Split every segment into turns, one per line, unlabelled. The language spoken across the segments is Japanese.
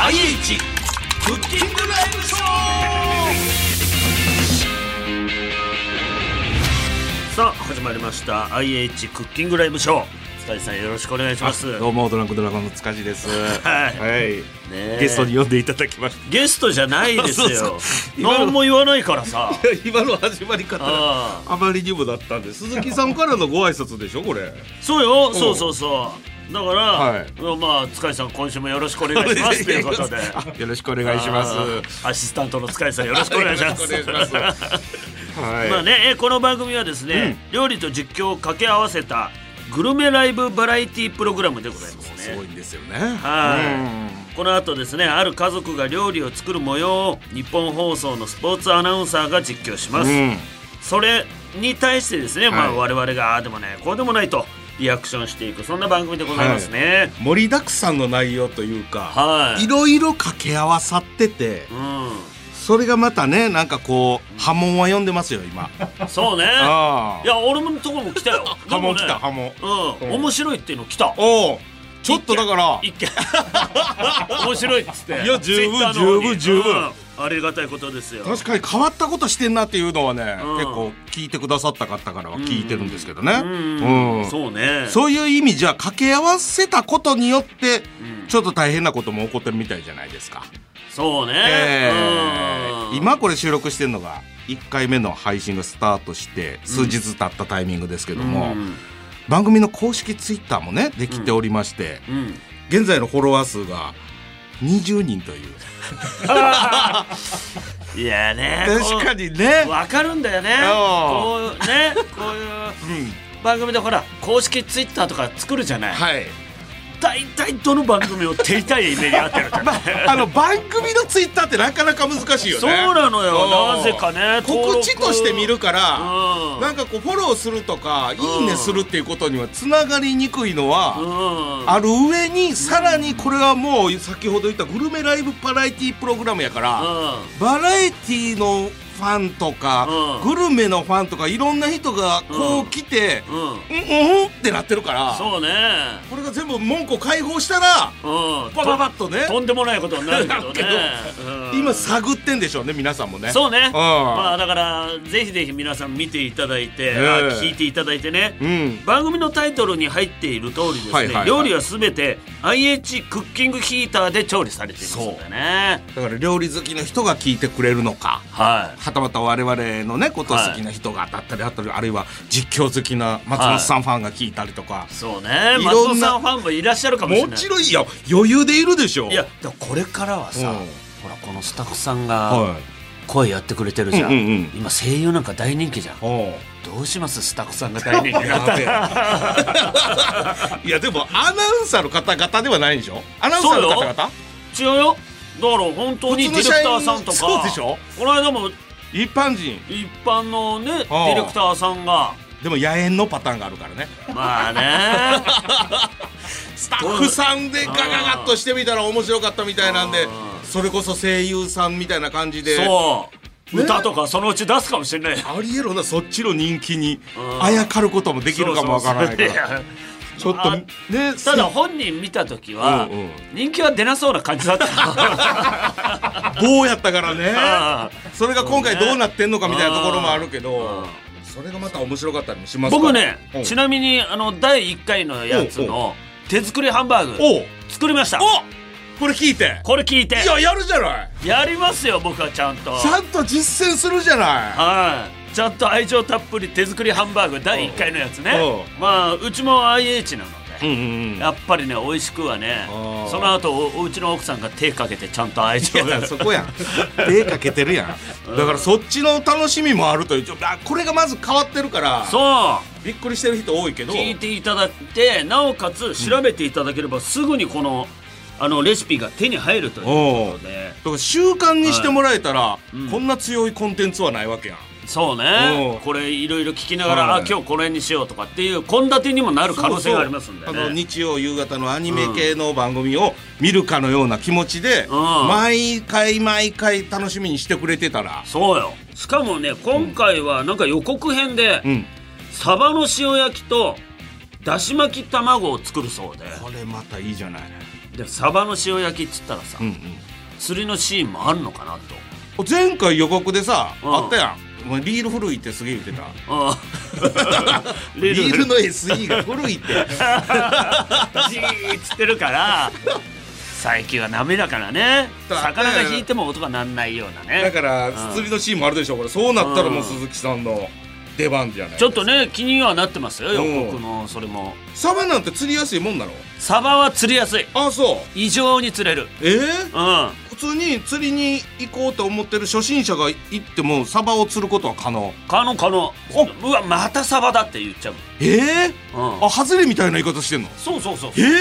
IH クッキングライブショーさあ始まりました IH クッキングライブショー塚地さんよろしくお願いします
どうもドランクドラゴンの塚地です。
はい
はい。
ねえ
ゲストに呼んでいただきまし
ゲストじゃないです
そうそ
よ
う
何も言わないからさ
た。今の始まり方が
ああ
あまりにもだったんで鈴木さんからのご挨拶でしょこれ。
そうよ
ん
そうそうそうだから、
はい
まあ塚地さん今週もよろしくお願いしますということで
あよろ しくお願いします。
ああアシスタントの塚地さんよろしくお願いしま
よろしくお願いし
す
ますはい。
まあね、えーこの番組はですね、料理と実況を掛け合わせたグルメライブバラエティプログラムでございます
す
ね
ごいんですよね。
はいこの後ですねある家族が料理を作る模様を日本放送のスポーツアナウンサーが実況します、
うん。
それに対してですね、まあ、
はい
我々がああでもないこうでもないとリアクションしていくそんな番組でございますね、
盛りだくさんの内容というか、
はい
いろいろ掛け合わさってて、それがまたねなんかこう波紋は読んでますよ 今。
うんそうね
ああ
いや俺のところも来たよ
波紋来た
でもね
波紋。
うん、面白いっていうの来た
おお。ちょっとだから。
一見 面白いっつって
いや十
Twitter の方
分
に
十分十分
うんありがたいことですよ
確かに変わったことしてんなっていうのはね、
うん
結構聞いてくださった方からは聞いてるんですけどね、
うん、
うんそう
そうね
いう意味じゃ掛け合わせたことによって
うん
ちょっと大変なことも起こってるみたいじゃないですか、
そうね、
え
うん
ー今これ収録してるのが1回目の配信がスタートして数日経ったタイミングですけども、
うん
番組の公式ツイッターもねできておりまして、
うん
現在のフォロワー数が20人という
いやね
確か
に
にね、
わかるんだよねこ
う
うねこういう
うん、
番組でほら公式ツイッターとか作るじゃない、
はい
大体どの番組を手痛い目に遭って るじゃない
あの番組のツイッターってなかなか難しいよね。
そうなのよ
うん
なぜかね
告知として見るか
う
ら、
ん
なんかこうフォローするとか、
ん
いいねするっていうことにはつながりにくいの
う
は、
ん
ある上にさらにこれはもう先ほど言ったグルメライブバラエティプログラムやから、
うん
バラエティのファンとか、
うん
グルメのファンとかいろんな人がこう来て、
うん
うん、うん、ってなってるから、
そうね
これが全部門戸解放したら、
うん
パパパッとね
ととんでもないことになるけどねうん
今探ってんでしょうね皆さんもね。
そうね
ん
まあだからぜひぜひ皆さん見ていただいて、
ねえ
あ聞いていただいてね、
うん
番組のタイトルに入っている通りですね、
はいはいはい
料理はすべて IH クッキングヒーターで調理されていますんでね
だから料理好きの人が聞いてくれるのか
は
はたまた我々のねことを好きな人がだったりあったり、あるいは実況好きな松本さんファンが聞いたりとか
い、そうね
い
松
ろ
尾
ん
さ
なん
ファンもいらっしゃるかもしれ
も
ない
ちろんいや余裕でいるでしょ
いやでもこれからはさ、
うん
ほらこのスタッフさんが
は
声やってくれてるじゃん,、
うんうんうん
今声優なんか大人気じゃん
いおう
どうしますスタッフさんが大 人気にな
や
ったら
べえ いやでもアナウンサーの方々ではないんでしょアナウンサーの方々
違うよだから本当にディレクターさんとか
普通の社員そうでしょ
この間も
一般人
一般のねデ
ああ
ィレクターさんが
でも野猿のパターンがあるからね
まあね
スタッフさんでガガガッとしてみたら面白かったみたいなんで
あ
それこそ声優さんみたいな感 じで
そう、
ね
歌とかそのうち出すかもし れないよ
ありえろなそっちの人気に
うん
あやかることもできるかもわからないから
そうそうそう
ちょっと
あ
ね
ただ本人見た時は、
うんうん
人気は出なそうな感じだった
棒やったから
あ
ねそれが今回どうなってんのかみたいなところもあるけどそれがまた面白かったりもしますから
僕ね
うん
ちなみにあの第1回のやつの手作りハンバーグ
おう
作りました
おこれ聞いて
これ聞いて
いややるじゃない
やりますよ僕はちゃんと
ちゃんと実践するじゃな
はい、ちゃんと愛情たっぷり手作りハンバーグ第1回のやつね
う
まあうちも IH なの
い
で、
うんうん
やっぱりね美味しくはね
あー
その後おおうちの奥さんが手かけてちゃんと愛情
いやそこやん手かけてるやんだからそっちの楽しみもあるというちょあこれがまず変わってるから
そ
びっくりしてる人多いけ
う
ど
聞いていただいてなおかつ調べていただければすぐにこのあのレシピが手に入るということで
だから習慣にしてもらえたら、
うん
こんな強いコンテンツはないわけやん
そうね
おう
これいろいろ聞きながら、
はい
あ今日これにしようとかっていう献立にもなる可能性がありますんでね
そうそうあの日曜夕方のアニメ系の番組を見るかのような気持ちで、
ん
毎回毎回楽しみにしてくれてたら、
そうよしかもね今回はなんか予告編で、
うん、
サバの塩焼きとだし巻き卵を作るそうで
これまたいいじゃない
でサバの塩焼きっつったらさ、
うんうん
釣りのシーンもあるのかなと
前回予告でさ、
うん
あったやんお前ビール古いってすげえ言ってた
ああ
ビ
リ
ール
の
の SE が古 いって
ジーっつってるから最近は滑らかなね
だ
魚が引いても音が鳴んないような
だ
ね
から
うん
釣りのシーンもあるでしょこれそうなったらもう鈴木さんの出番じゃない
ちょっとね気にはなってますよ
うん
予告のそれも
サバなんて釣りやすいもんなの
サバは釣りやすい
あそう
異常に釣れる
ええ
うん
普通に釣りに行こうと思ってる初心者が行ってもサバを釣ることは可能
可能可能うわまたサバだって言っちゃう
ええ
うん
あハズレみたいな言い方してんの
そうそうそう
ええ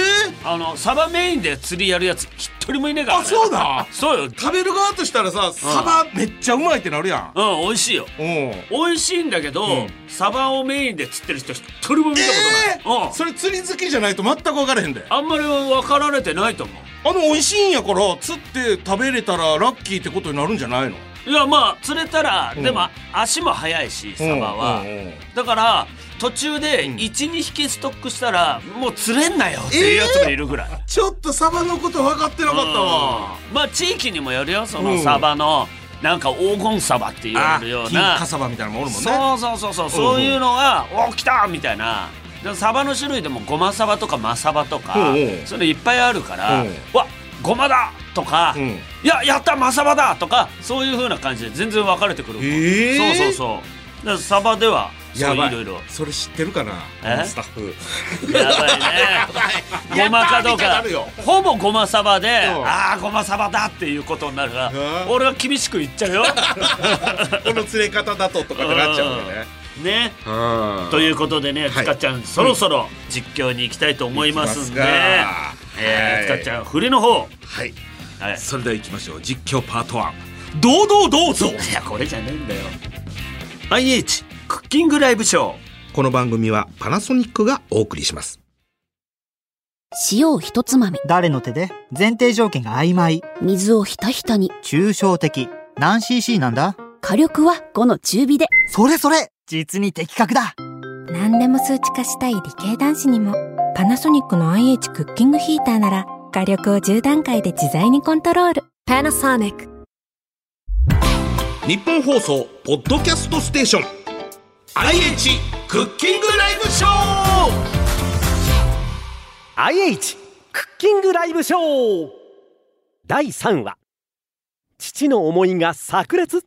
あのサバメインで釣りやるやつ一人もいねえから、ね、
あそうだ
そうよ
食べる側としたらさサバめっちゃうまいってなるやん
うん美味しいよ
うん
美味しいんだけど、
うん
サバをメインで釣ってる人一人も見た
え
ことない、
ー、それ釣り好きじゃないと全く分からへんであ
うん、あんまり分かられてないと思う
の美味しいんやから釣って食べれたらラッキーってことになるんじゃないの
いやまあ釣れたら、
うん
でも足も速いしサバは、
うんうんうん
だから途中で
うん
12、匹ストックしたらもう釣れんなよっていうやつもいるぐらい、
ちょっとサバのこと分かってなかったわ
うんまあ地域にもよるよそ
うん
のサバの、なんか黄金サバって言われるよう
金
な
華サバみたいなのもおるもんね
そうそうそうそうそういうのが「おお来た!」みたいなでサバの種類でもゴマサバとかマサバとか
うんうん
そういうのいっぱいあるから
うん
「わゴマだ!」とか
うん
「いややったマサバだ!」とかそういうふうな感じで全然分かれてくる
へえ
そうそうそうだからサバではそういろいろ
それ知ってるかな
え
スタッフ
やば いねゴマかどうか
やったーみたいになるよ
ほぼゴマサバで
うん
ああゴマサバだっていうことになるから
うん
俺は厳しく言っち ゃうよ
この釣れ方だととかってなっちゃうんだよね
ね
うん
ということでね、
い
つかちゃん、そろそろ実況に行きたいと思いますんで、えーつかち
ゃん
ゃん、振りの方、
はい
はい、
それでは行きましょう実況パート1堂々どうぞ
いや、これじゃねえんだよ。IH クッキングライブショー、
この番組はパナソニックがお送りします
塩をひとつまみ、
誰の手で前提条件が曖昧
水をひたひたに、
抽象的何 cc なんだ
火力は5の中火で。
それそれ実に的確だ
何でも数値化したい理系男子にもパナソニックの IH クッキングヒーターなら火力を10段階で自在にコントロールパナソニック
日本放送ポッドキャストステーション IH クッキングライブショー
IH クッキングライブショー第3話父の思いが炸裂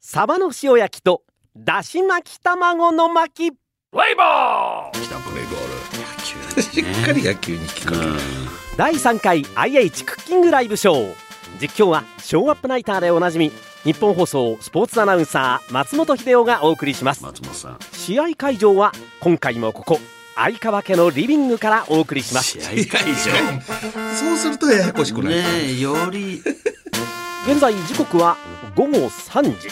サバの塩焼きとだし巻き卵の巻き
ライバー
来たプレーボールしっかり野球に聞かれる
第3回 IH クッキングライブショー実況はショーアップナイターでおなじみ日本放送スポーツアナウンサー松本秀夫がお送りします
松本さん、
試合会場は今回もここ相川家のリビングからお送りします
試合会場
そうするとややこしくなる、
ねえ、より、
現在時刻は午後3時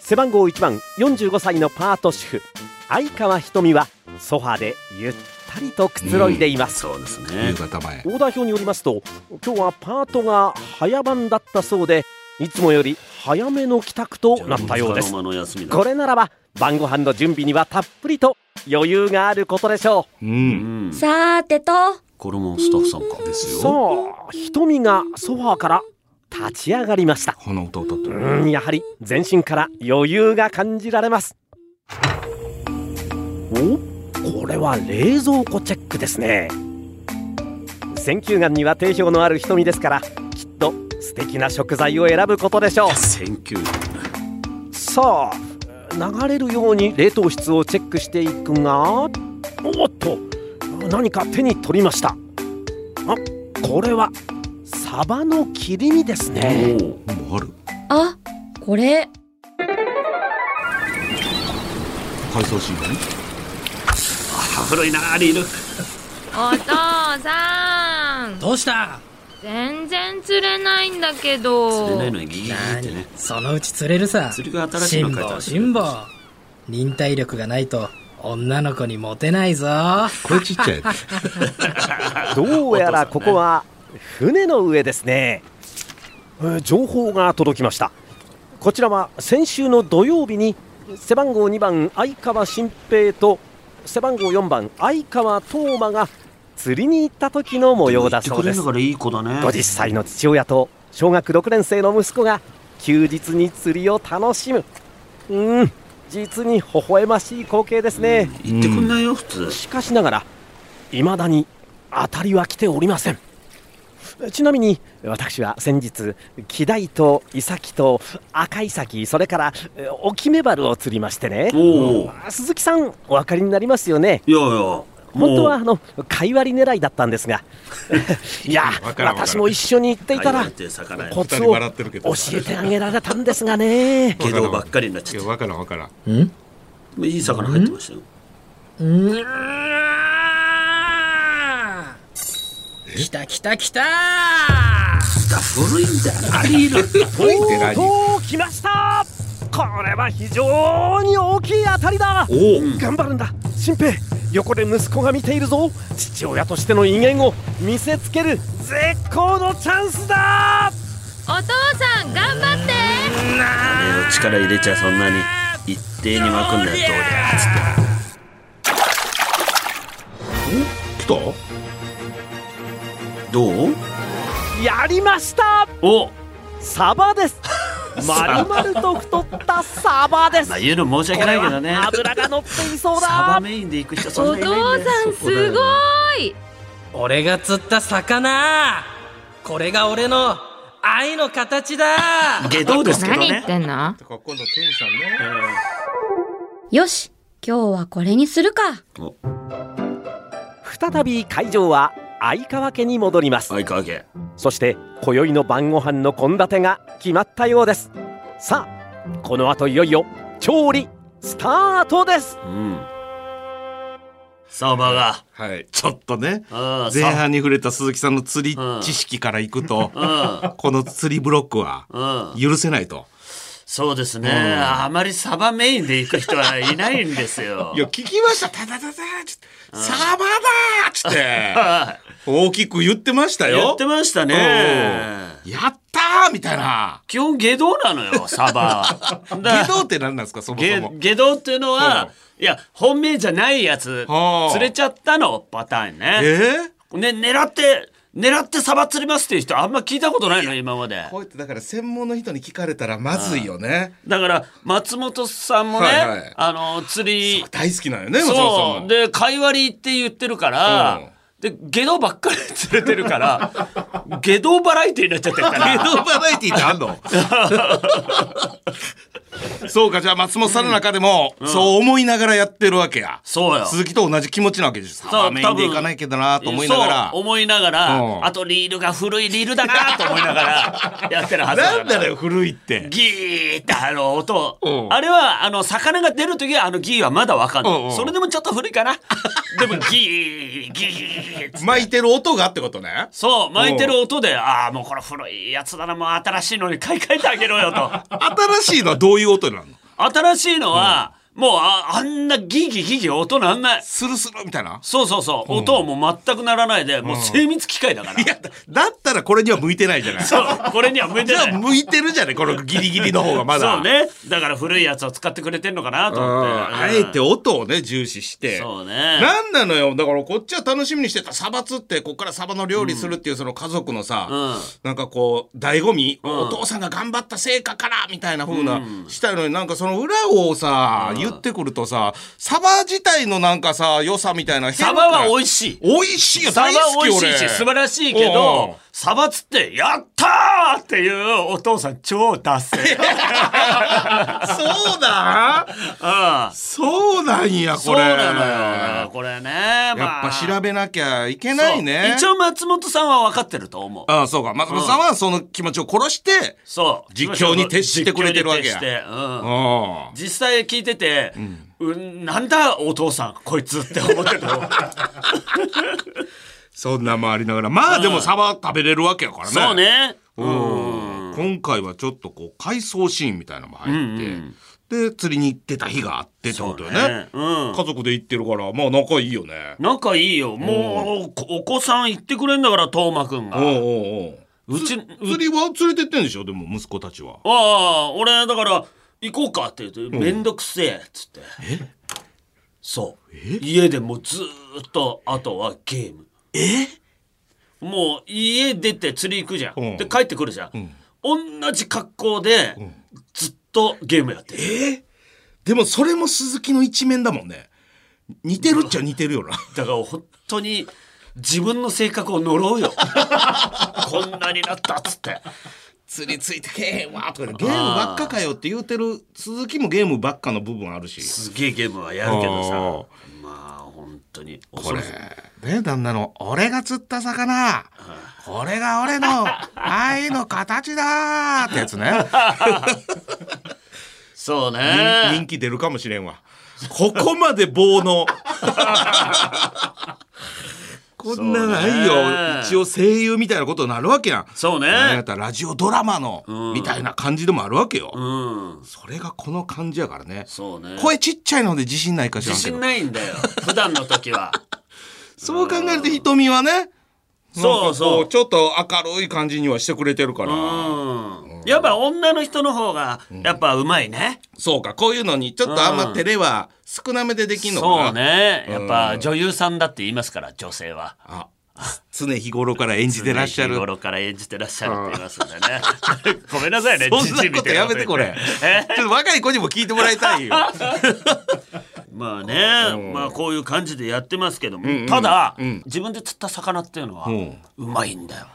背番号1番45歳のパート主婦相川ひとみはソファでゆったりとくつろいでいます、
そうです
夕
ね、
方前
オーダー表によりますと今日はパートが早番だったそうでいつもより早めの帰宅となったようです
お疲れ様の休みだ
これならば晩ご飯の準備にはたっぷりと余裕があることでしょ
う
うんん、
さーてと
これもスタッフさんか。
で
う
すよ
さあひとみがソファーから立ち上がりました
この音をとって
う
る
ーんやはり全身から余裕が感じられますおこれは冷蔵庫チェックですね選球眼には定評のある瞳ですからきっと素敵な食材を選ぶことでしょ
選球眼
うさあ流れるように冷凍室をチェックしていくがおっと何か手に取りましたあこれはサバの切り身ですね
もうある
あこれ
回想シーンだね
古いなあリール
お父さん
どうした
全然釣れないんだけど
釣れないのにギギギってね
そのうち釣れるさ
釣りが新しいの書いてある
辛抱辛抱忍耐力がないと女の子にモテないぞ
これちっちゃい
どうやらここは船の上ですね、えー情報が届きましたこちらは先週の土曜日に背番号2番相川新平と背番号4番相川東馬が釣りに行った時の模様だそう
言
です
ってくれるからいい子だね
50歳の父親と小学6年生の息子が休日に釣りを楽しむうん実に微笑ましい光景ですね
言ってくんないよ普通
しかしながら未だに当たりは来ておりませんちなみに私は先日キダイとイサキと赤イサキそれからえオキメバルを釣りましてね
おお
鈴木さんお分かりになりますよね
いやいやもう
本当はあの貝割り狙いだったんで すがいや
わからんわからん
私も一緒に行っていた
は
ら
いって魚や
コ
二
ツ
人
を
笑ってるけ
教
ど
えてあげられたんです がね
けどばっかりになっ
い
ちゃ
や
っ
わからんわからん
ん
たいい魚入ってましたよ
うん来た来た来た
だ古いんだよアリール
おいって何
おお来ましたこれは非常に大きい当たりだ
おお
頑張るんだ新平横で息子が見ているぞ父親としての威厳を見せつける絶好のチャンスだ
お父さん頑張って
力入れちゃそんなに一定に巻くんだよどうりゃつって
来た
どう
やりました
お
サバです丸々と太ったサバです
まあ言うの申し訳ないけどね
油が乗っていそう
サバ
だ
メインで行く人そ
お
んないないん
父さ
だよ
んすごい
俺が釣った魚これが俺の愛の形だ
下道ですけど
何言っ
ね
てんの
今度ケンさんね
よし今日はこれにするか
再び会場は相川家に戻ります
相川家
そして今宵の晩ご飯の献立が決まったようですさあこの後いよいよ調理スタートです
うんサバが
はいちょっとね
ああ
前半に触れた鈴木さんの釣り知識からいくと
うん
この釣りブロックは
うん
許せないと
そうですね、あまりサバメインで行く人はいないんですよ
いや、聞きました。ただただ、ちょっとサバだーっつって、
は
大きく言ってました
い
よ。
言ってましたね
うんやったーみたいな。
基本下道なのよサ バはだから
下道って何なんですか、そも
下
そも。
下道っていうのは、いや本命じゃないやつ
はあ
釣れちゃったのパターン
え
ね。
ー、
ね狙って狙ってサバ釣りますっていう人あんま聞いたことないの今まで。
こうやってだから専門の人に聞かれたらまずいよね。
だから松本さんもね、
はいはい
あの釣り
大好きなのよね、
そう
もそも。
で貝割りって言ってるから、で下道ばっかり釣れてるから 下道バラエティーになっちゃってる から。
下道バラエティってあんのそうか、じゃあ松本さんの中でも、そう思いながらやってるわけや。
そうよ
鈴木と同じ気持ちなわけでしょ。サバメインでいかないけどなと思いながら
そう。思いながら、
うん
あとリールが古いリールだなと思いながらやってるはずだか
な
ら
んだよ、古いって。
ギーってあの音
うん
あれはあの魚が出る時はあのギーはまだわかんな
うんう
い
ん
それでもちょっと古い かなでもギーギーって
巻いてる音がってことね。
そう巻いてる音でああもうこれ古いやつだなもう新しいのに買い替えてあげろよと
新しいのはどういう音なの
新しいのは、もうああんなギーギーギーギー音なんない
スルスルみたいな
そうそうそう、音はもう全くならないでもう精密機械だから、
いや、だだったらこれには向いてないじゃない。
そうこれには向いて
じ
ない
ゃあ向いてるじゃないこのギリギリの方がまだ。
そう。ねだから古いやつを使ってくれてんのかなと
ん、
思って、
あえて音をね、重視して。
そうね
なんなのよ。だからこっちは楽しみにしてた。サバ釣って、こっからサバの料理するっていうその家族のさ、
うん
なんかこう、醍醐味、お父さんが頑張った成果からみたいな風な、したいのになんかその裏をさ、言ってくるとさ、サバ自体のなんかさ、良さみたいな変
サ
化。
バは美味しい
美味しいよ。
サバ
大好
美
き
味し
俺
いし素晴らしいけ
おうおう
どサバ釣って「やったー!」っていうお父さん超達成
そうだ
うん
そうなんや、
そ
こ
う
れ。
なのよこれねや
やっぱ調べなきゃいけないね。
一応松本さんは分かってると思う
ああ、そうか。松本さんはその気持ちを殺して、
そう
実況に徹してくれてるわけや
実況に徹してうん
ああ
実際聞いてて、うん、なんだお父さんこいつって思って た
そんなもありながら。まあでもサバ食べれるわけやからね。
そう。ね
うん。今回はちょっとこう、回想シーンみたいなのも入って、で、釣りに行ってた日があってってことよ
そう
ね
ね。うん
家族で行ってるから、まあ仲いいよね。
仲いいよもうおお子さん言ってくれんだから斗真君
おうお
が
うおう。
うち
つ釣りは連れてってんでしょでも息子たちは。
ああ俺だから行こうかって言うと「めんどくせえ」っつってそう家でもうずーっとあとはゲームもう家出て釣り行くじゃん、
うん
で帰ってくるじゃん、同じ格好でずっとゲームやってる、
でもそれも鈴木の一面だもんね似てるっちゃ似て るよな
だから本当に自分の性格を呪う よこんなになったっつって
釣りついてけえへんわとかでゲームばっかかよって言うてる鈴木もゲームばっかの部分あるし
すげえゲームはやるけどさ
お
まあ本当に
こ
恐
れ
ろしい
ね旦那の「俺が釣った魚これが俺の愛の形だ」ってやつね
そうね
人気出るかもしれんわここまで棒の こんなない
そう
よ
ね
一応声優みたいなことになるわけやん
そうね
なんやったらラジオドラマのみたいな感じでもあるわけよ、
うん
それがこの感じやからね
そうね
声ちっちゃいので自信ないかしら
自
んけ
信
ど
ないんだよ 普段の時は
そう考えると瞳はね
そうそう
なんかこちょっと明るい感じにはしてくれてるから、
うんやっぱ女の人の方がやっぱうまいね、
そうかこういうのにちょっとあんま照れは少なめでできんのかな、
そうねやっぱ女優さんだって言いますから女性は
あ常日頃から演じてらっしゃ
常日
る
頃から演じてらっしゃるって言いますんでね ごめんなさいね
そ
じじい
んな
み
こと
たい
やめて
言
こ
って
れちょっと若い子にも聞いてもらいた いよ
まあね、まあこういう感じでやってますけども、ただ、自分で釣った魚っていうのは
ん
うまいんだよ。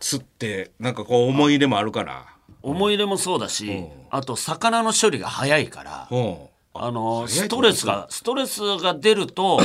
釣ってなんかこう思い入れもあるから
思い入れもそうだし、あと魚の処理が早いから、
うん
あの
早い
ス
と
ト
思う
レスがストレスが出る と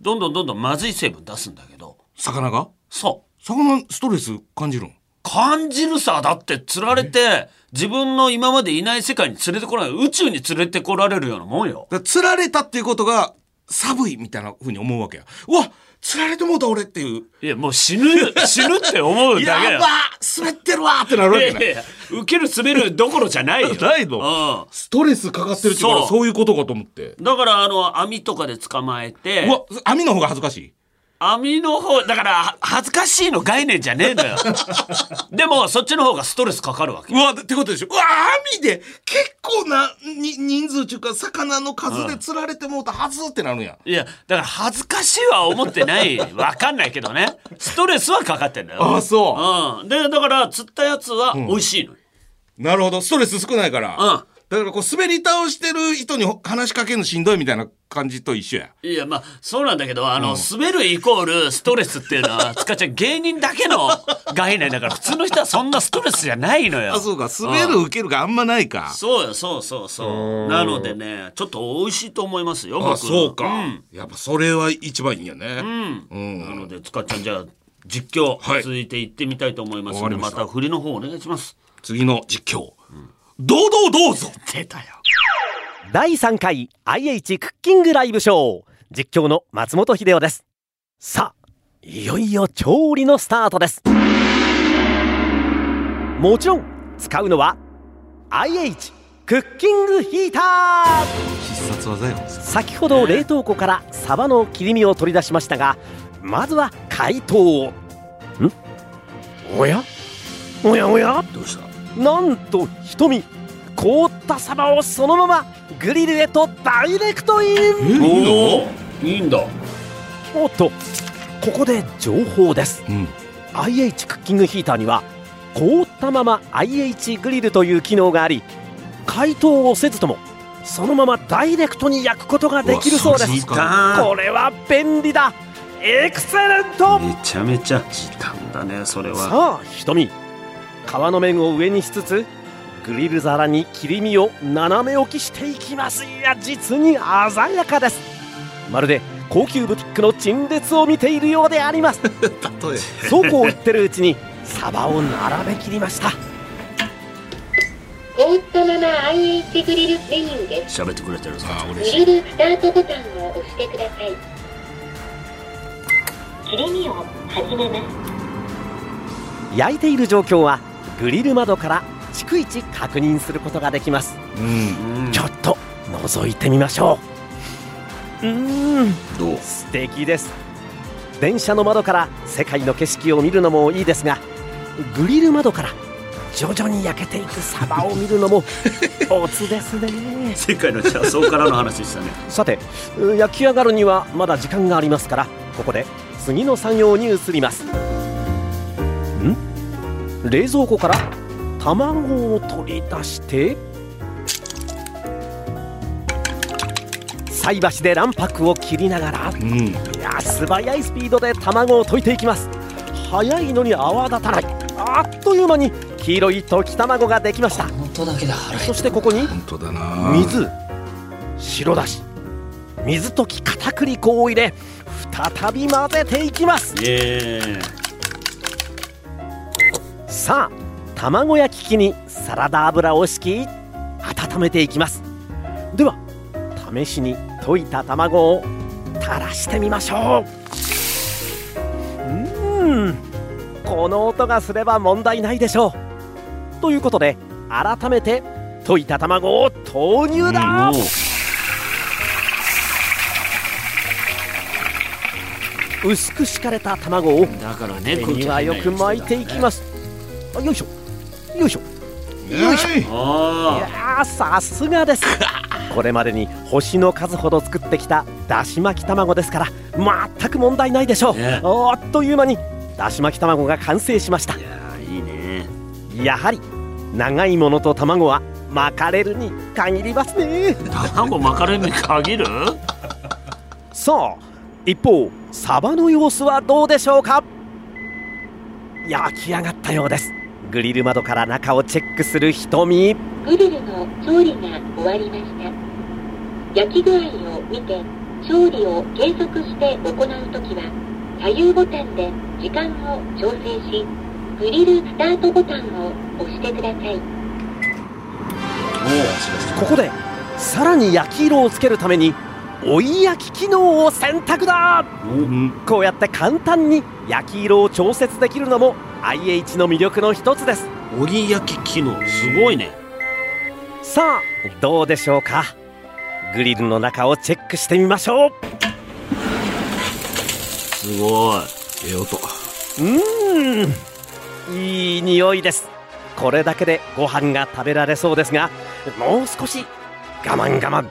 どんどんどんどんまずい成分出すんだけど、
魚が
そう
魚ストレス感じるん
感じるさだって釣られて自分の今までいない世界に連れてこられる宇宙に連れてこられるようなもんよ。
だから釣られたっていうことが寒いみたいなふうに思うわけやうわ釣られてもうた俺っていう
いやもう 死ぬよ死ぬって思うだけ
や
よ
ば。ー滑ってるわーってなるわ
い
け
や
ない
やいや受ける滑るどころじゃ ないよ。
ないの
うん
ストレスかかってるっていうから
そう
そういうことかと思って
だからあの網とかで捕まえて
うわ網の方が恥ずかしい
網の方だからは恥ずかしいの概念じゃねえの よでもそっちの方がストレスかかるわけ
うわってことでしょうわ網で結構なに人数っていうか魚の数で釣られてもうたはずってなるんや
いやだから恥ずかしいは思ってない わかんないけどねストレスはかかってんだよ、
あそう
うん、でだから釣ったやつは美味しいのよ、
なるほどストレス少ないから
うん
だからこう滑り倒してる人に話しかけるのしんどいみたいな感じと一緒や
いやまあそうなんだけどあの、滑るイコールストレスっていうの は塚ちゃん芸人だけの概念だから普通の人はそんなストレスじゃないのよ
あそうか滑る受けるがあんまないか
そうよそうそうそうなのでねちょっと美味しいと思いますよ僕
あそうか、
ん
やっぱそれは一番いいんやね、
うんなので塚ちゃんじゃあ実況、
はい
続いていってみたいと思いますの
わか
で
りま
ま
した
た振りの方お願いします
次の実況、堂々どうぞ
出たよ
第3回 IH クッキングライブショー実況の松本秀夫ですさあいよいよ調理のスタートですもちろん使うのは IH クッキングヒーター
必殺技や
先ほど冷凍庫からサバの切り身を取り出しましたがまずは解凍をんおやおやおや
どうした
なんと瞳凍ったサバをそのままグリルへとダイレクトイン
え
おおいいんだ
おっとここで情報です
うん
IH クッキングヒーターには凍ったまま IH グリルという機能があり解凍をせずともそのままダイレクトに焼くことができるそうです
うわそれいい
間
これは便利だエクセレント
めちゃめちゃ時短だねそれは
さあ瞳皮の面を上にしつつグリル皿に切り身を斜め置きしていきますいや実に鮮やかですまるで高級ブティックの陳列を見ているようであります
例え
そうこう言ってるうちにサバを並べきりました
凍ったまま IH グリルメニューです。
喋ってくれてるぞ
あ嬉しい
グリルスタートボタンを押してください。切れ身を始めます。
焼いている状況はグリル窓から逐一確認することができます
うん
うん
ちょっと覗いてみましょううーん
どう
素敵です電車の窓から世界の景色を見るのもいいですがグリル窓から徐々に焼けていくサバを見るの もおつですね
世界の車 窓からの話でしたね
さて焼き上がるにはまだ時間がありますからここで次の作業に移りますん冷蔵庫から卵を取り出して菜箸で卵白を切りながら
うん
いや素早いスピードで卵を溶いていきます早いのに泡立たないあっという間に黄色い溶き卵ができました
本当だけだ腹
そしてここに
本当だな
水白だし水溶き片栗粉を入れ再び混ぜていきます
ええ
さあ卵焼き器にサラダ油を敷き温めていきますでは試しに溶いた卵を垂らしてみましょううーんこの音がすれば問題ないでしょうということで改めて溶いた卵を投入だ、薄く敷かれた卵を
だからね
手にはよく巻いていきますあよいしょよいしょ
よいしょ
い
あ
やーさすがです これまでに星の数ほど作ってきただし巻き卵ですから全く問題ないでしょう、
ね
あっという間にだし巻き卵が完成しました
あいやいいね
やはり長いものと卵は巻かれるに限りますね
卵巻かれるに限る
さあ一方サバの様子はどうでしょうか焼き上がったようですグリル窓から中をチェックする瞳
グリルの調理が終わりました焼き具合を見て調理を計測して行うときは左右ボタンで時間を調整しグリルスタートボタンを押してください
ここでさらに焼き色をつけるために追い焼き機能を選択だこうやって簡単に焼き色を調節できるのも IH の魅力の一つです
おぎ焼き機能すごいね
さあどうでしょうかグリルの中をチェックしてみましょう
すごい
ええ音
うーんいい匂いですこれだけでご飯が食べられそうですがもう少し我慢我慢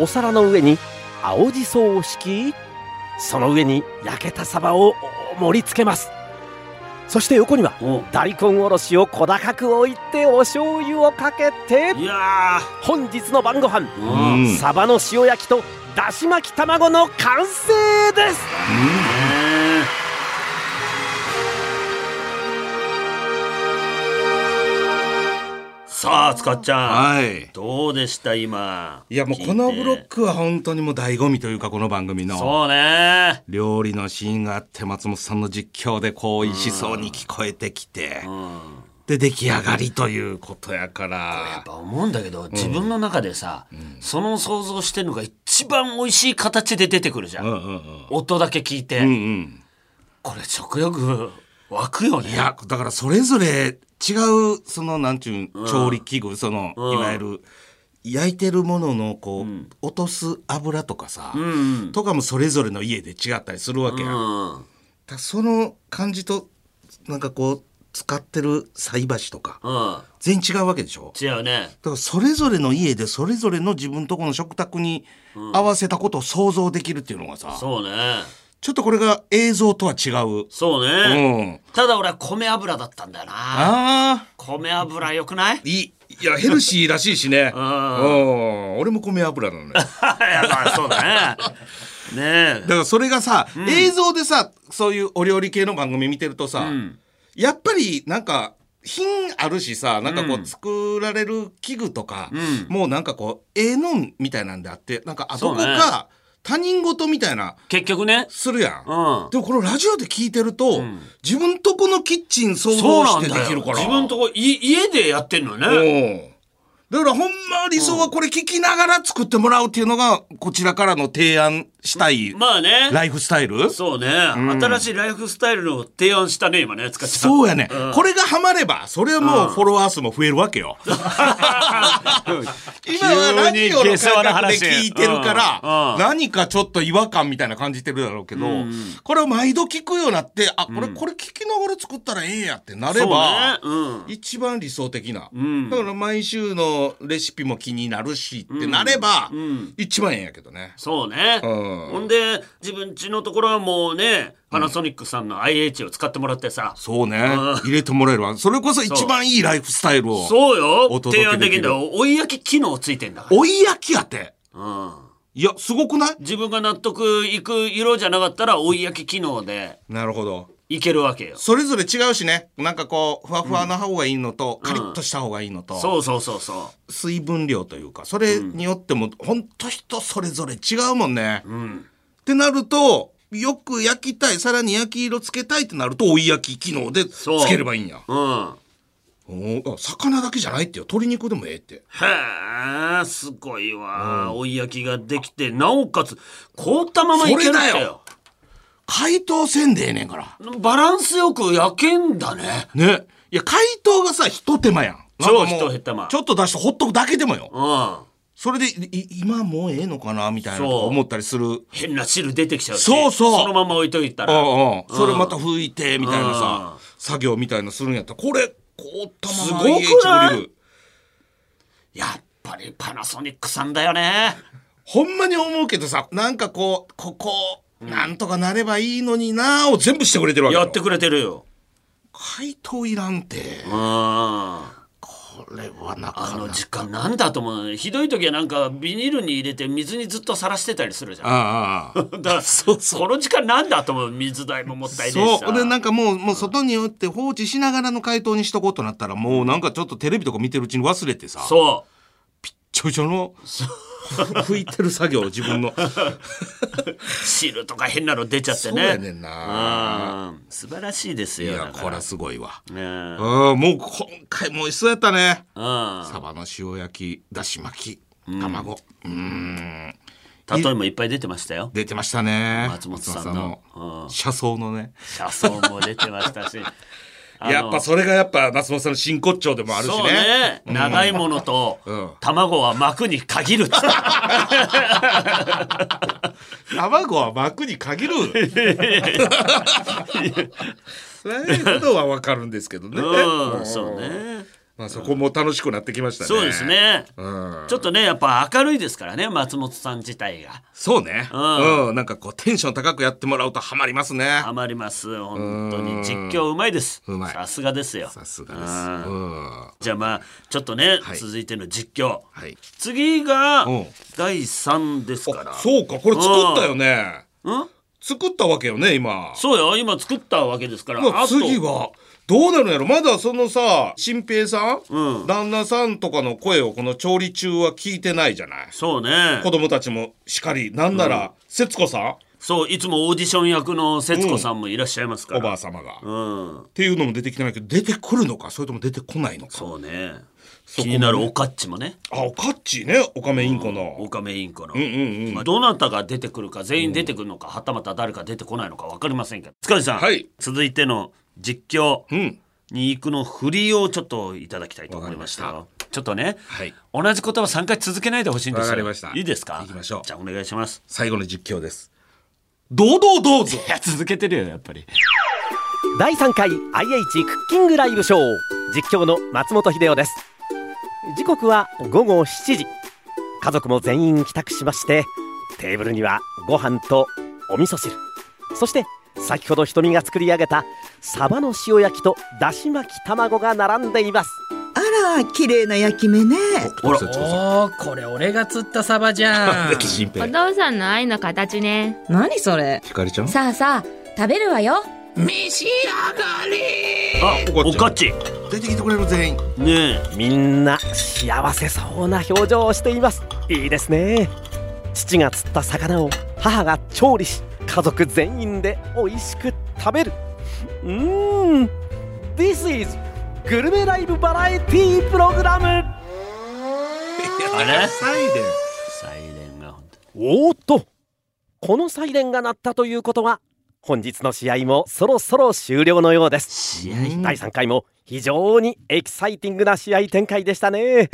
お皿の上に青じそを敷きその上に焼けたサバを盛り付けますそして横には
お
大根おろしを小高く置いてお醤油をかけて
いや
本日の晩ご飯
ー
うん
ね
サバの塩焼きとだし巻き卵の完成です
えさあつかっちゃん
はい
どうでした今
いやもうこの
聞いて
ブロックは本当にもう醍醐味というかこの番組の
そうね
料理のシーンがあって松本さんの実況でこう美味しそうに聞こえてきて
うん
で出来上がりということやから
やっぱ思うんだけど、自分の中でさ、その想像してるのが一番美味しい形で出てくるじゃん、
うんうんうん
音だけ聞いて、
うんうん
これ食欲湧くよね
いやだからそれぞれ違うそのなんちゅうん調理器具その
うん
いわゆる焼いてるもののこう落とす油とかさ
うん
とかもそれぞれの家で違ったりするわけや
うん
だからその感じとなんかこう使ってる菜箸とか
うん
全然違うわけでしょ
違うね
だからそれぞれの家でそれぞれの自分とこの食卓に合わせたことを想像できるっていうのがさ、
そうね
ちょっとこれが映像とは違う。
そう
う
ね、
ん。
ただ俺は米油だったんだよな
ああ、
米油良く ない
いい。いや、ヘルシーらしいし
ん
ね。うん。俺も米油なのよ。だ
やっぱそうだねねえ
からそれがさ、映像でさ、そういうお料理系の番組見てるとさ、
ん
やっぱりなんか、品あるしさ、なんかこ
うん
う作られる器具とか、
う
もうなんかこう、ええのんみたいなんであって、なんかあ
そ
ど
う
こ
ね
か他人事みたいな
結局ね
するやん。
うん
でもこのラジオで聞いてると、
ん
自分とこのキッチン想
そう
像
な
し
ん
てで
だ
き
よ
るから。
自分とこい家でやってんのね、
うんだからほんま理想はこれ聞きながら作ってもらうっていうのが、こちらからの提案したい
まあね
ライフスタイル
そうね、新しいライフスタイルを提案したね今ね使っちゃん
そうやね、
ん
これがハマれば、それはもうフォロワー数も増えるわけよ。今はラジオの感覚で聞いてるから、
うんうん
何かちょっと違和感みたいな感じてるだろうけど、これを毎度聞くようになって、あ、これ、これ聞きながら作ったらええんやってなれば、
そうねうん
一番理想的な、
ん
だから毎週のレシピも気になるしってなれば、一番ええんやけどね。
そうね、
うん
ほんで自分家のところはもうねパナソニックさんの IH を使ってもらってさ、
そうね。入れてもらえるわ。それこそ一番いいライフスタイルを。
そう
お
よ
届け
提案できるんだ
で
よ追い焼き機能ついてんだから
追い焼きやて。
うん
いや、すごくない
自分が納得いく色じゃなかったら追い焼き機能で
なるほど。
いけるわけよ
それぞれ違うしね。なんかこう、ふわふわな方がいいのと、カリッとした方がいいのと、
そうそうそうそ
水分量というか、それによっても、ほんと人それぞれ違うもんね。
ううん
ってなると、よく焼きたい、さらに焼き色つけたいってなると、追い焼き機能でつ
そう
ければいいんや。
うん
おーあ魚だけじゃないってよ。鶏肉でもええって。
へえすごいわ、追い焼きができてなおかつ凍ったままいけるん
そ
だ
れだ
よ
よ解凍せんでええねんから。
バランスよく焼けんだね
ね。いや、解凍がさ、一手間やん。なんかもう
超一手間
ちょっと出してほっとくだけでもよ。
うん
それで、い今もうええのかなみたいなとか
そう
思ったりする。
変な汁出てきちゃうし
そうそう
のまま置いといた
う
ら
んうん。それまた拭いて、みたいなさ
うん、
作業みたいなするんやったら、これ、凍ったまます
ごくない
IH グリル
やっぱりパナソニックさんだよね
ほんまに思うけどさ、なんかこう、ここ、なんとかなればいいのになーを全部してくれてるわけよ。
やってくれてるよ
解凍いらんて。
うんあ
これはなかな
の
か。
時間なんだと思うひどい時はなんかビニールに入れて水にずっとさらしてたりするじゃん
ああああ。
だからこの時間なんだと思う水代ももったいねえしさ
そう。で、なんかもう、もう外に打って放置しながらの解凍にしとこうとなったら、もうなんかちょっとテレビとか見てるうちに忘れてさ、
そ
ちょいちょいの、 拭いてる作業、自分の。
う汁とか変なの出ちゃってね
そうやねんな
うん素晴らしいです
い
よ
や
だ、から
これはすごいわ。
ねえ
うん、もう今回も美味しそうやったね。
う
サバの塩焼き、だし巻き、卵。うん。
ん例えもいっぱい出てましたよ
出てましたね。
松本さんの
松本さんの車窓のね。
車窓も出てました しあの
やっぱそれがやっぱ松本さんの真骨頂でもあるし
そう
ね。
ね、長いものと、
うん
卵は膜に限るっつっ
卵は膜に 限る。そういうことはわかるんですけどね。
た、うん、そうね
まあそこも楽しくなってきましたね。
そうです。ね、
うん。
ちょっとねやっぱ明るいですからね松本さん自体が
そうね。
ん
うん。なんかこうテンション高くやってもらうとハマりますね。
ハマります本当に実況うまいです
うまい
さすがですよ
さすがです。うん。
じゃあまあちょっとね、
はい
続いての実況
はい。
次が
うん
第3ですから
あそうか、これ作ったよね。
うん
作ったわけよね、今。
そうよ今作ったわけですから
ま
あ
あ
と
次はどうなるんやろまだそのさ新平さん、
うん
旦那さんとかの声をこの調理中は聞いてないじゃない
そうね
子供たちもしかりなんなら節子さ
そういつもオーディション役の節子さんもいらっしゃいます
ん
か
おばあ
ら、
様が、
う
っ
ん、
ていうのも出てきてないけど出てくるのかそれとも出てこないのか
そうね
こ
気
もね
になるおかっちもね
あおかっちねオカメインコの、
オカメインコの、
んうん
まあ、どなたが出てくるか全員出てくるのか、はたまた誰か出てこないのか分かりませんけど塚地さん、
はい
続いての実況
うん
に行くの振りをちょっといただきたいと思いました
わかり
ちょっとね、
はい
同じことを3回続けないでほしいんですよ
わかりました
いいですか
行きましょう
じゃあお願いします
最後の実況です堂々どうぞ
いや続けてるよやっぱり
第3回 IH クッキングライブショー実況の松本秀夫です時刻は午後7時家族も全員帰宅しましてテーブルにはご飯とお味噌汁そして先ほど瞳が作り上げたサバの塩焼きとだし巻き卵が並んでいます
あら、綺麗な焼き目ね。
ほら
おおこれ俺が釣ったサバ じゃん
新
お
平
父さんの愛の形ね
何それ。
ひかりちゃん
さあさあ食べるわよ
あ
おかっち
おかっち
出てきてくれる全員
ねえ
みんな幸せそうな表情をしていますいいですね父が釣った魚を母が調理し家族全員で美味しく食べるうーん This is グルメライブバラエティープログラム
あれ
サイレン
サイレンが本
おーっとこのサイレンが鳴ったということは本日の試合もそろそろ終了のようです
試
第3回も非常にエキサイティングな試合展開でしたね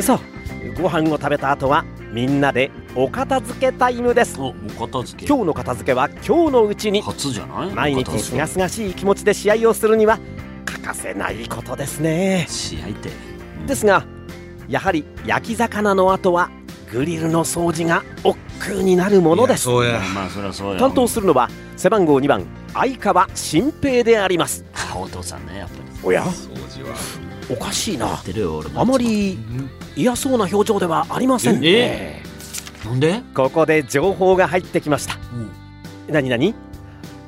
さあご飯を食べた後はみんなでお片付けタイムです
おお片付け
今日の片付けは今日のうちに
初じゃない
毎
お
日
片
す
付
が
け
すがしい気持ちで試合をするには欠かせないことですね
試合って
ですがやはり焼き魚の後はグリルの掃除が億劫になるものです
そうや
まあそりゃそうや
担当するのは背番号2番相川新平であります
あお父さんねやっぱり
おや
掃除は
おかしいな
てるよ俺も
あまり嫌そうな表情ではありませんね、
えなんで
ここで情報が入ってきました、何何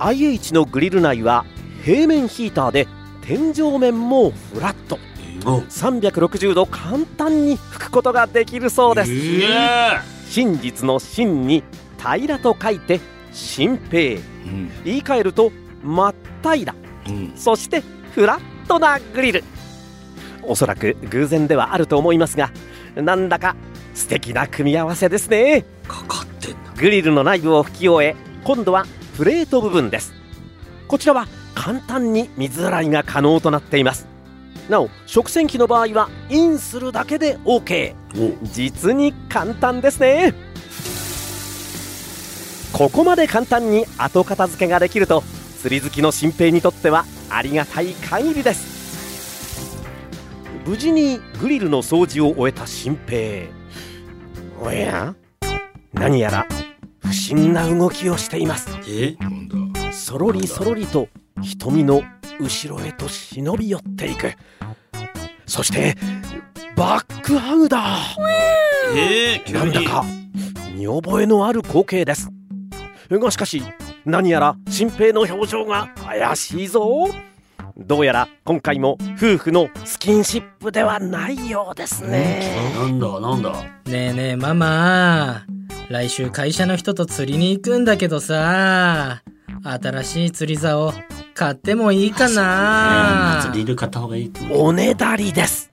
IH のグリル内は平面ヒーターで天井面もフラット360度簡単に拭くことができるそうです、
いや
真実の真に平らと書いて真平
うん
言い換えると真っ平ら
うん
そしてフラットなグリルおそらく偶然ではあると思いますがなんだか素敵な組み合わせですね
かかってんな
グリルの内部を拭き終え今度はプレート部分ですこちらは簡単に水洗いが可能となっていますなお食洗機の場合はインするだけで OK 実に簡単ですねここまで簡単に後片付けができると釣り好きの新平にとってはありがたい限りです無事にグリルの掃除を終えた新平おや何やら不審な動きをしています
え
なんだ
そろりそろりと瞳の後ろへと忍び寄っていくそしてバックハグだ
えー、急
なんだ
に
か見覚えのある光景ですがしかし何やら新平の表情が怪しいぞどうやら今回も夫婦のスキンシップではないようですね
なんだなんだ
ねえねえママ来週会社の人と釣りに行くんだけどさ新しい釣り竿買ってもいいかな
リル買った 方がいい
おねだりです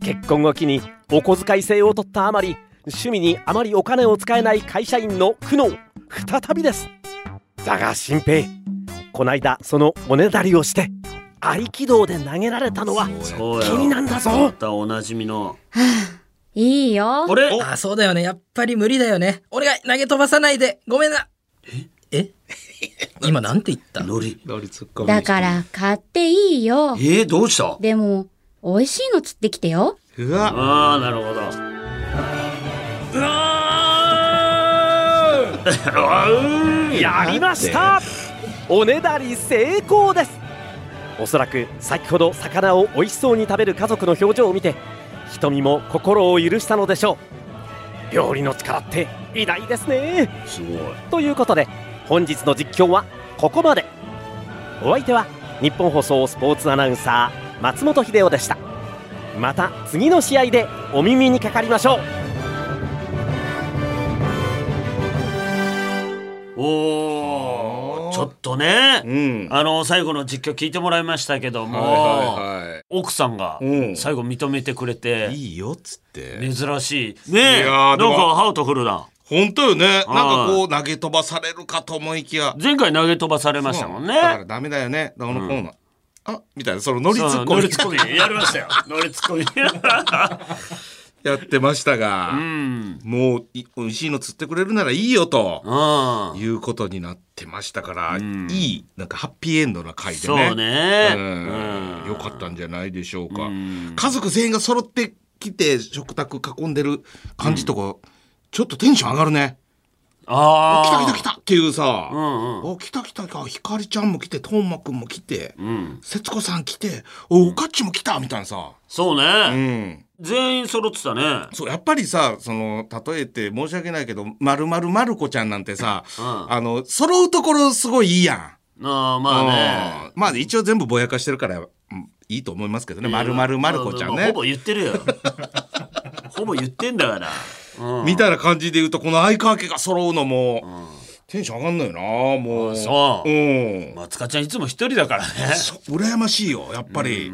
結婚を機にお小遣い制を取ったあまり趣味にあまりお金を使えない会社員の苦悩再びですだが新平こないだそのおねだりをして合気道で投げられたのは
そうや
気になんだぞ
またおなじみの
いいよ。
あれ
あそうだよねやっぱり無理だよねお願い投げ飛ばさないでごめんなえ 今なんて言った
のり
だから買っていいよ。
えー、どうした
でも、美味しいの釣ってきてよ。
うわ
ああなるほど
やりましたおねだり成功ですおそらく先ほど魚を美味しそうに食べる家族の表情を見て瞳も心を許したのでしょう料理の力って偉大ですね
すごい
ということで本日の実況はここまでお相手は日本放送スポーツアナウンサー松本秀夫でしたまた次の試合でお耳にかかりましょう
おーちょっとね
うん
あの最後の実況聞いてもらいましたけども、
はいは
奥さんが
うん
最後認めてくれ
いはい
て
いいよっつって
珍しいねえ
いや
な
ー
ん
でも
かハウトフルな
本当よねなん
は
か
い
こう投げ飛ばされるかと思いきや
前回投げ飛ばされましたもんね
だからダメだよねどうのこうのあみたいなそのノリツ
そう
ッコ
ノ
ミ
リツッコミやりましたよノリツッコミ
やってましたが
うん
もうい美味しいの釣ってくれるならいいよと
うん
いうことになってましたから、
ん
いいなんかハッピーエンドな回でね
そうね
うん
うん
よかったんじゃないでしょうか、
うん
家族全員が揃ってきて食卓囲んでる感じとか、ちょっとテンション上がるね
あ
来た
あ
来た来たっていうさ、
ん
お来た来た来たひかりちゃんも来てとんまくんも来て
うん
節子さん来ておおかっちも来たみたいなさ、
そう
う
ね、
ん、
全員揃ってたね
そうやっぱりさその例えて申し訳ないけどまるまるまる子ちゃんなん てさ、
うん
あの揃うところすごいいいやん。
ああまあね
うんまあ一応全部ぼやかしてるから、うんいいと思いますけどね。まるまるまる子ちゃん
まあまあほ。
ね
ぼ言ってるよ ほぼ言ってんだから、うん
みたいな感じで言うと、この相川家が揃うのも、テンション上がんのよな、もう。
あそう
うん。
まあつかちゃんいつも一人だからね
そ羨ましいよ、やっぱり。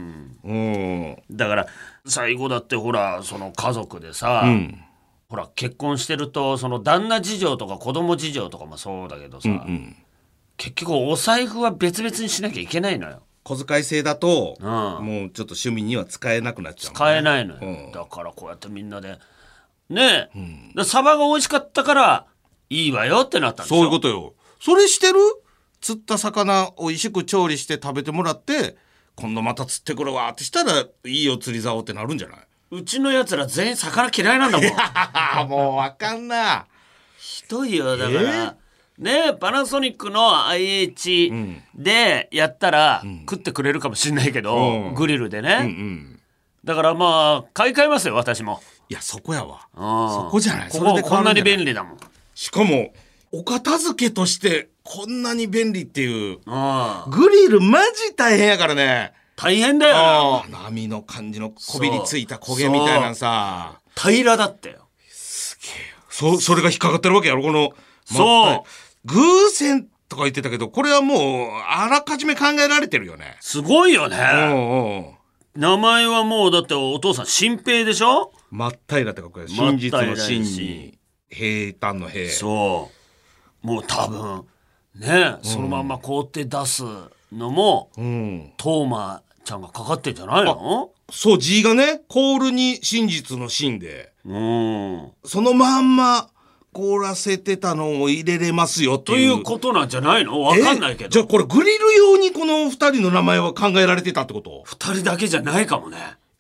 うん。
だから最後だってほらその家族でさ、
うん。
ほら結婚してるとその旦那事情とか子供事情とかもそうだけどさ、
うん
結局お財布は別々にしなきゃいけないのよ
小遣い制だと、
うん
もうちょっと趣味には使えなくなっちゃう、
買えないのよ、
うん
だからこうやってみんなでねえ、でサバが美味しかったからいいわよってなったんでしょ
そういうことよ。それしてる釣った魚美味しく調理して食べてもらって、今度また釣ってくるわってしたら、いいよ釣り竿ってなるんじゃない
うちのやつら全員魚嫌いなんだ もん。
あもうわかんな。
ひどいよだから、ねパナソニックの IH でやったら、食ってくれるかもしんないけど、
うん
グリルでね、
うん。
だからまあ買い替えますよ私も
いや、そこやわ。
そ
そこじゃない
こ
それ
こ
で
こんなに
変わるんじゃない
便利だもん
しかも、お片付けとしてこんなに便利っていう。
ああ
グリルマジ大変やからね。
大変だよな
ああ波の感じのこびりついた焦げみたいなのさ。
平らだったよ
そ、それが引っかかってるわけやろこの。
そう
う。偶然とか言ってたけど、これはもう、あらかじめ考えられてるよね。
すごいよ
う
ね
んうん。
名前はもうだってお父さん新平でしょ
真っ平って書くや
真っ平
真実
ら
の
やし
真に、平坦の平。
そうもう多分ねそのまんま凍って出すのも、
うん。
トーマちゃんがかかってんじゃないの
そう、G がね、コールに真実の真で、
うん。
そのまんま凍らせてたのを入れれますよって
と
い。
いううことなんじゃないのわかんないけ
えじゃあ
ど。
これグリル用にこの二人の名前は考えられてたってこと
二人だけじゃないかもね。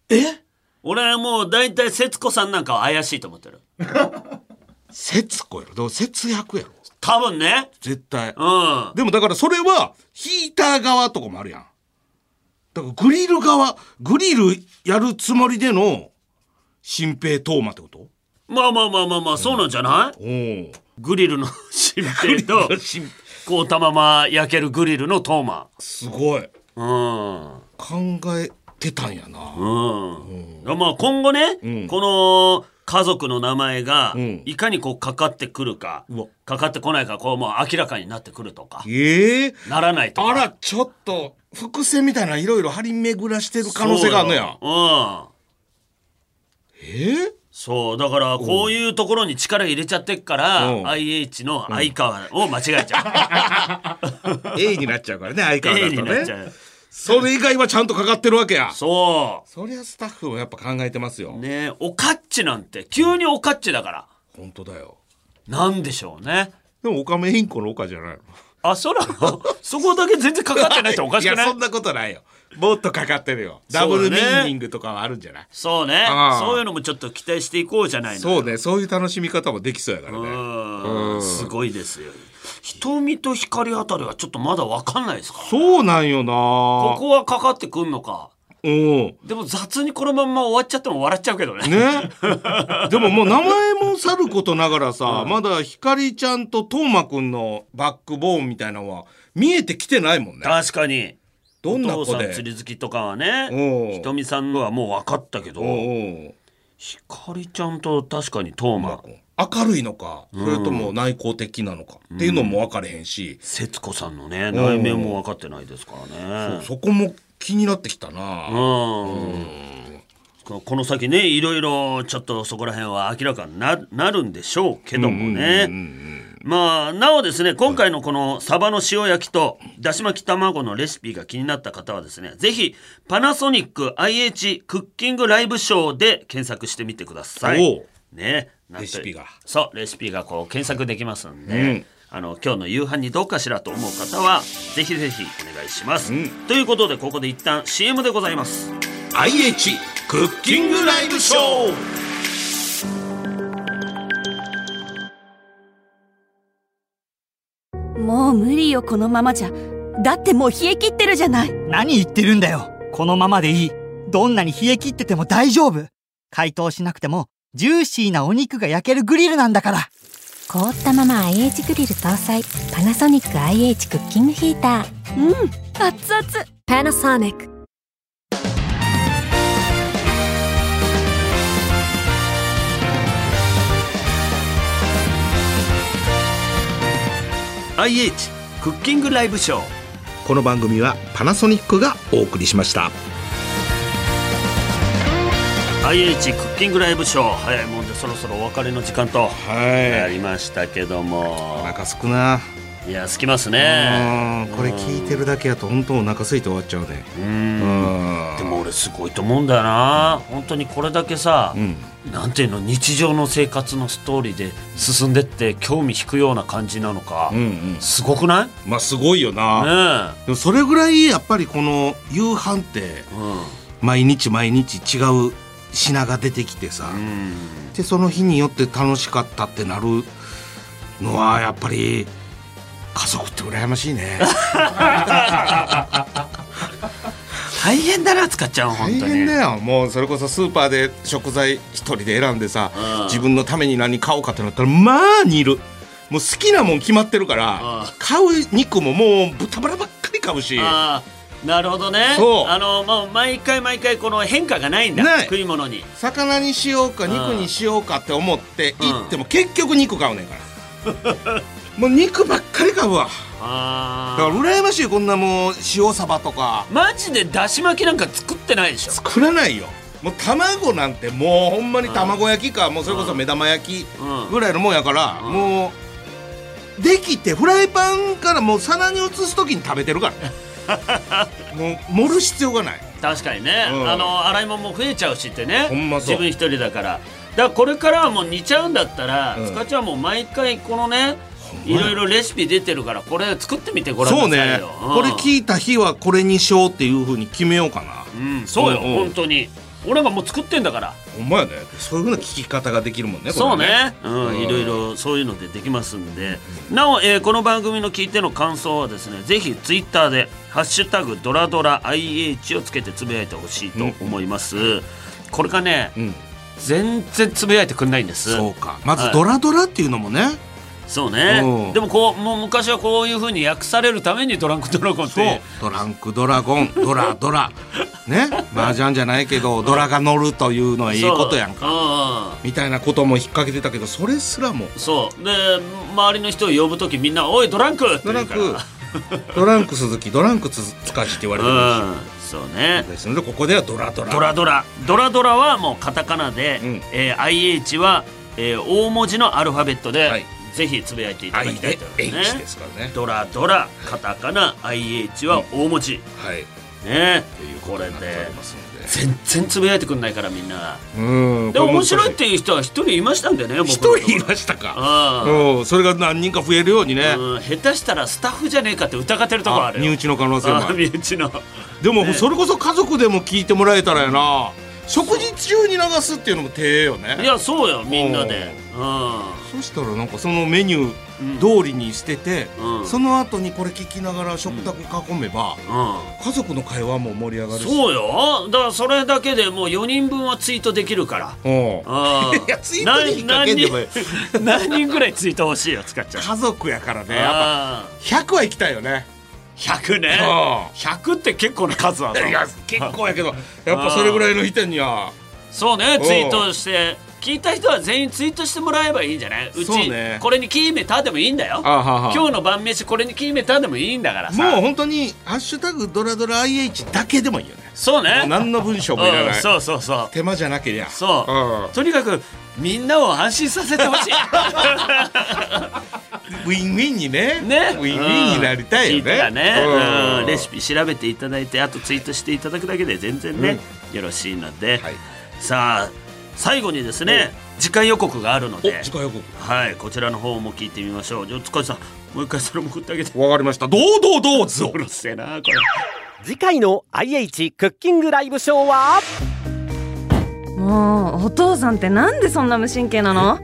え
俺はもう大体節子さんなんかは怪しいと思ってる。
節子やろ。でも節約やろ。
多分ね。
絶対
う。ん。
でもだからそれはヒーター側とかもあるやん。だからグリル側、グリルやるつもりでの新平トーマってこと
まあまあまあまあまあ、そうなんじゃない、
おお。
グリルの新平と、
新
凍ったまま焼けるグリルのトーマ。
すご
う
い。
ん。
考えてたんやな。
うん。まあ今後ね、
うん
この家族の名前が
うん、
いかにこうかかってくるか、
うわ
かかってこないか、こうもう明らかになってくるとか、
ええ
ならないとか。
あら、ちょっと、伏線みたいないろいろ張り巡らしてる可能性があるのや。
そうようん。
ええ
そうだからこういうところに力入れちゃってっから
うん
IH の相川を間違えち ゃ
A になっちゃうからね、相
う。A に
変わ
な
ら
っ
ず
ち
だと
ゃ
ね。
う。
それ以外はちゃんとかかってるわけや。
そ
そりゃスタッフもやっぱ考えてますよ。
うねえおかっちなんて急におかっちだから
本当だよ。
なんでしょうね。
でも、オカメインコのオカじゃないの。
あそら そこだけ全然かかってないっておかしくない
や、そんなことないよ。もっとかかってるよ。ダブルミーニングとかはあるんじゃない
そうね
ああ
そういうのもちょっと期待していこうじゃないの
そうね、そういう楽しみ方もできそうやから
う
ね。
んすごいですよ瞳と光あたりはちょっとまだわかんないですから
そうなんよな
こ
こ
こはかかってくんのか
うん。
でも雑にこのまんま終わっちゃっても笑っちゃうけどね
ね。でももう名前もさることながらさ、まだひかりちゃんととうまくんのバックボーンみたいなのは見えてきてないもんね。
確かに
どんな
お
子
父さん
で。
釣り好きとかは
お
ね
う
ひとみさんのはもう分かったけ
おう
ど
おう
ひかりちゃんと確かにトーマ
明るいのか、それとも内向的なのか、っていうのも分かれへんし、
節子さんのね内面も分かってないですからね
そこも気になってきたな。
うんここの先ねいろいろちょっとそこら辺は明らかにななるんでしょうけどもねまあなおですね今回のこのサバの塩焼きとだし巻き卵のレシピが気になった方はですねぜひパナソニック IH クッキングライブショーで検索してみてくださ
お。
いうねなんて
レシピが
そうレシピがこう検索できますんで、
うん
あの今日の夕飯にどうかしらと思う方はぜひぜひお願いします、
うん
ということでここで一旦 CM でございます
IH クッキングライブショー
もう無理よこのままじゃだってもう冷え切ってるじゃない
何言ってるんだよ。このままでいい。どんなに冷え切ってても大丈夫。解凍しなくても、ジューシーなお肉が焼けるグリルなんだから。
凍ったまま IH グリル搭載パナソニック IH クッキングヒーターうん熱々パナソニック
「IH クッキングライブショー
この番組はパナソニックがお送りしました。」
IH クッキングライブショー早いもんでそろそろお別れの時間とな
は
りましたけど
い。お
も
腹すくな。
いやすきますね
うんこれ聞いてるだけやと本当お腹空いて終わっちゃうね。
うん
うん
でも俺すごいと思うんだよな本当にこれだけさ、
うん
なんていうの日常の生活のストーリーで進んでって興味引くような感じなのか、
うんうん。
すごくない
まあすごいよな。
ね
でもそれぐらいやっぱりこの夕飯って
え、うん、
毎日毎日違う品が出てきてさ、でその日によって楽しかったってなるのはやっぱり家族って羨まし いね
大変だな使っちゃう本
大
当に
変だよもうそれこそスーパーで食材一人で選んでさ自分のために何買おうかってなったらまあ煮るもう好きなもん決まってるから買う肉ももう豚バラばっかり買うし
ああなるほどね
そう
あのもう毎回毎回この変化がないんだ
ない
食い物に
魚にしようか肉にしようかって思って行っても結局肉買うねんから もう肉ばっかり買うわだから
あ
羨ましいこんなもう塩サバとか
あマジでだし巻きなんか作ってないでしょ
作らないよもう卵なんてもうほんまに卵焼きかもうそれこそ目玉焼き
うん
ぐらいのもんやから
うん
もうできてフライパンからもう皿に移す時に食べてるから もう盛る必要がない
確かにね、
うん
あの洗い物も増えちゃうしってね
ほんまそう
自分一人だからだからこれからはもう煮ちゃうんだったら、
うん
つかちゃんもう毎回このね
んま
い
や
ろいろレシピ出てるからこれ作ってみてごらんな
そう
さ
ね
いよ、
これ聞いた日はこれにしようっていうふうに決めようかな
うん、うんそうよ、
うんうん
本当に俺がもう作ってんだから
ほんまやねそういうふうな聞き方ができるもんねこれ
そうね、うん
うん
いろいろそういうのでできますんで、なお、えーこの番組の聞いての感想はですねぜひツイッターで「ハッシュタグドラドラ IH」をつけてつぶやいてほしいと思います、これがね、
うん
全然つぶやいてくんないんです
そうかま
は
ず
い
ドラドラっていうのもね、
そうね、
うん
でもこうもう昔はこういうふうに訳されるために「ドランクドラゴン」っ
そう
て
ドランクドラゴンドラドラね麻雀じゃないけどドラが乗るというのはいいことやんか
か
みたいなことも引っ掛けてたけどそれすらも
そうで周りの人を呼ぶ時みんな「おいドランク!」って
ドラ
言う
ン
か
ク
ら
ドランク鈴木ドランクつ塚地って言われてる
うんそうね
んですですのでここではドラドラ
ドラドラドラドラはもうカタカナで、
うん
えー IH は、えー大文字のアルファベットで、
はい
ぜひつぶやいていただ
I
きたい
で
と思い
H
ますね
ですからね
ドラドラカタカナ IH は大文字、
はい
ね
というこ
ことれ
になってお
で
りますので
全然つぶやいてくんないからみんな
うん
で
これ
面
難し
白いっていう人は一人いましたんでね僕のとこ
一
ろ
人いましたか
あ
うんそれが何人か増えるようにね
あ、うん、下手したらスタッフじゃねえかって疑ってるとこあ
あ
るよ
身内の可能性もあ
あ
る
身内の
でも、
ね
それこそ家族でも聞いてもらえたらやな食事中に流すっていうのも手よね
いやそうよみんなでうん
そしたらなんかそのメニュー通りにしてて、
うん
その後にこれ聞きながら食卓囲めば、
うん
家族の会話も盛り上がるし
そうよだからそれだけでもう4人分はツイートできるから
うん
あー
いやツイートに引っ掛けんでもいい
何何人何人ぐらいツイート欲しいよ使っちゃう
家族やからねやっぱ
あ
100は行きたいよね
ー100ね
う
100って結構な数だぞ
いや結構やけどやっぱそれぐらいの人には
そうね
ん
ツイートして聞いた人は全員ツイートしてもらえばいいんじゃないうち
そうね
これに決めたでもいいんだよ
あはは
今日の晩飯これに決めたでもいいんだからさ
もう本当に「ハッシュタグドラドラ IH」だけでもいいよね
そうね
何の文章もいら
うん
ない
そうそうそう
手間じゃなけりゃ
そう、
うん
とにかくみんなを安心させてほ しい
ウィンウィンにね
ね、
ウィンウィンになりたいよ
うん聞いた
ね
らね、うんレシ
ピ
ピ調べていただいてあとツイートしていただくだけで全然ね、よろしいので、
はい
さあ最後にですね次回予告があるの
お
で
次回予告
はいこちらの方も聞いてみましょうじゃあ塚地さんもう一回それも送ってあげて
わかりました。どうどうどうぞ
う。るせえなこれ
次回の IH クッキングライブショーは
もうお父さんってなんでそんな無神経なの
あ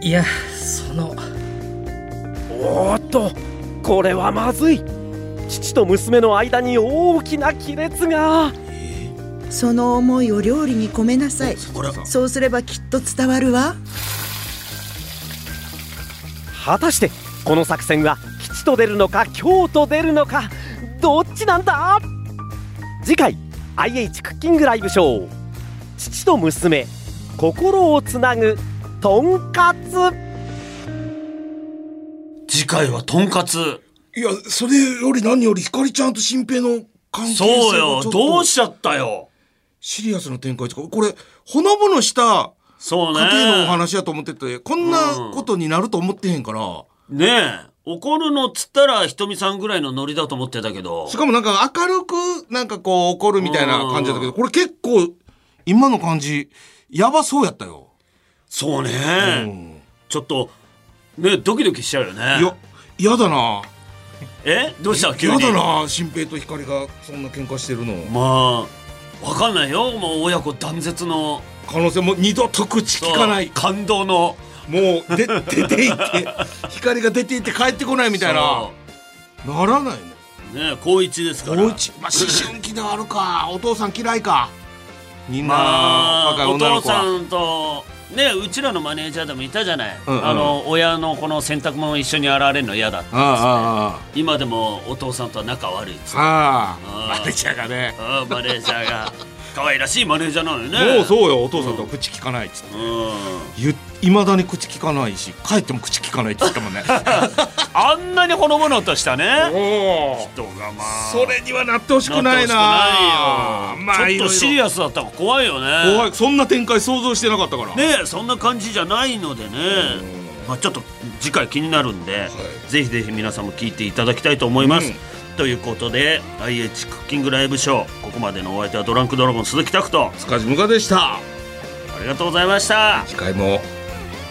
いやその
おーっとこれはまずい父と娘の間に大きな亀裂が
その思いを料理に込めなさい
これは
そうすればきっと伝わるわ
果たしてこの作戦は吉と出るのか凶と出るのかどっちなんだ次回 IH クッキングライブショー父と娘心をつなぐとんかつ
次回はとんかつ
いや、それより何より、ひかりちゃんと新平の関係性
そうよどうしちゃったよ
シリアスな展開ですかこれ、ほのぼのした
そうね
家庭のお話やと思ってて、こんなことになると思ってへんから、
ねえ怒るのっつったらひとみさんぐらいのノリだと思ってたけど
しかもなんか明るく、なんかこう怒るみたいな感じだったけど、これ結構、今の感じ、やばそうやったよ。
そうね、
うん
ちょっとねドキドキしちゃうよね
いや、嫌だな。
えどうした急
嫌
に
だな、新平とひかりがそんな喧嘩してるの。
まあわかんないよもう親子断絶の
可能性もう二度と口聞かない
感動の
もうで出ていって 光が出ていって帰ってこないみたいなならない
ねね高一ですから
高一、 まあ、思春期ではあるかお父さん嫌いかみんな、
ま
若い
あ、お
女の
父
子は
さんとねうちらのマネージャーでもいたじゃない、
うんうん
あの親のこの洗濯物一緒に洗われるの嫌だって
あああ
今でもお父さんとは仲悪いっつって
ああ
マネージャーがねマネージャー が可愛らしいマネージャーなのよね
もうそうよお父さんとは口聞かないっつっていまだに口聞かないし帰っても口聞かないって言っ たもんね
あんなにほのぼのとしたね人がまあ
それにはなってほしくないな
なってほしくないよ
まあ
ちょっとシリアスだったら怖いよね
怖いそんな展開想像してなかったから
ねえそんな感じじゃないのでね、まあ、ちょっと次回気になるんで、ぜひぜひ皆さんも聞いていただきたいと思います、ということで IH クッキングライブショーここまでのお相手はドランクドラゴン鈴木拓人
塚地無我でしたあ
りがとうございました
次回も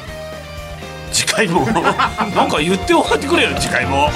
次回もなんか言って終わってくれよ次回も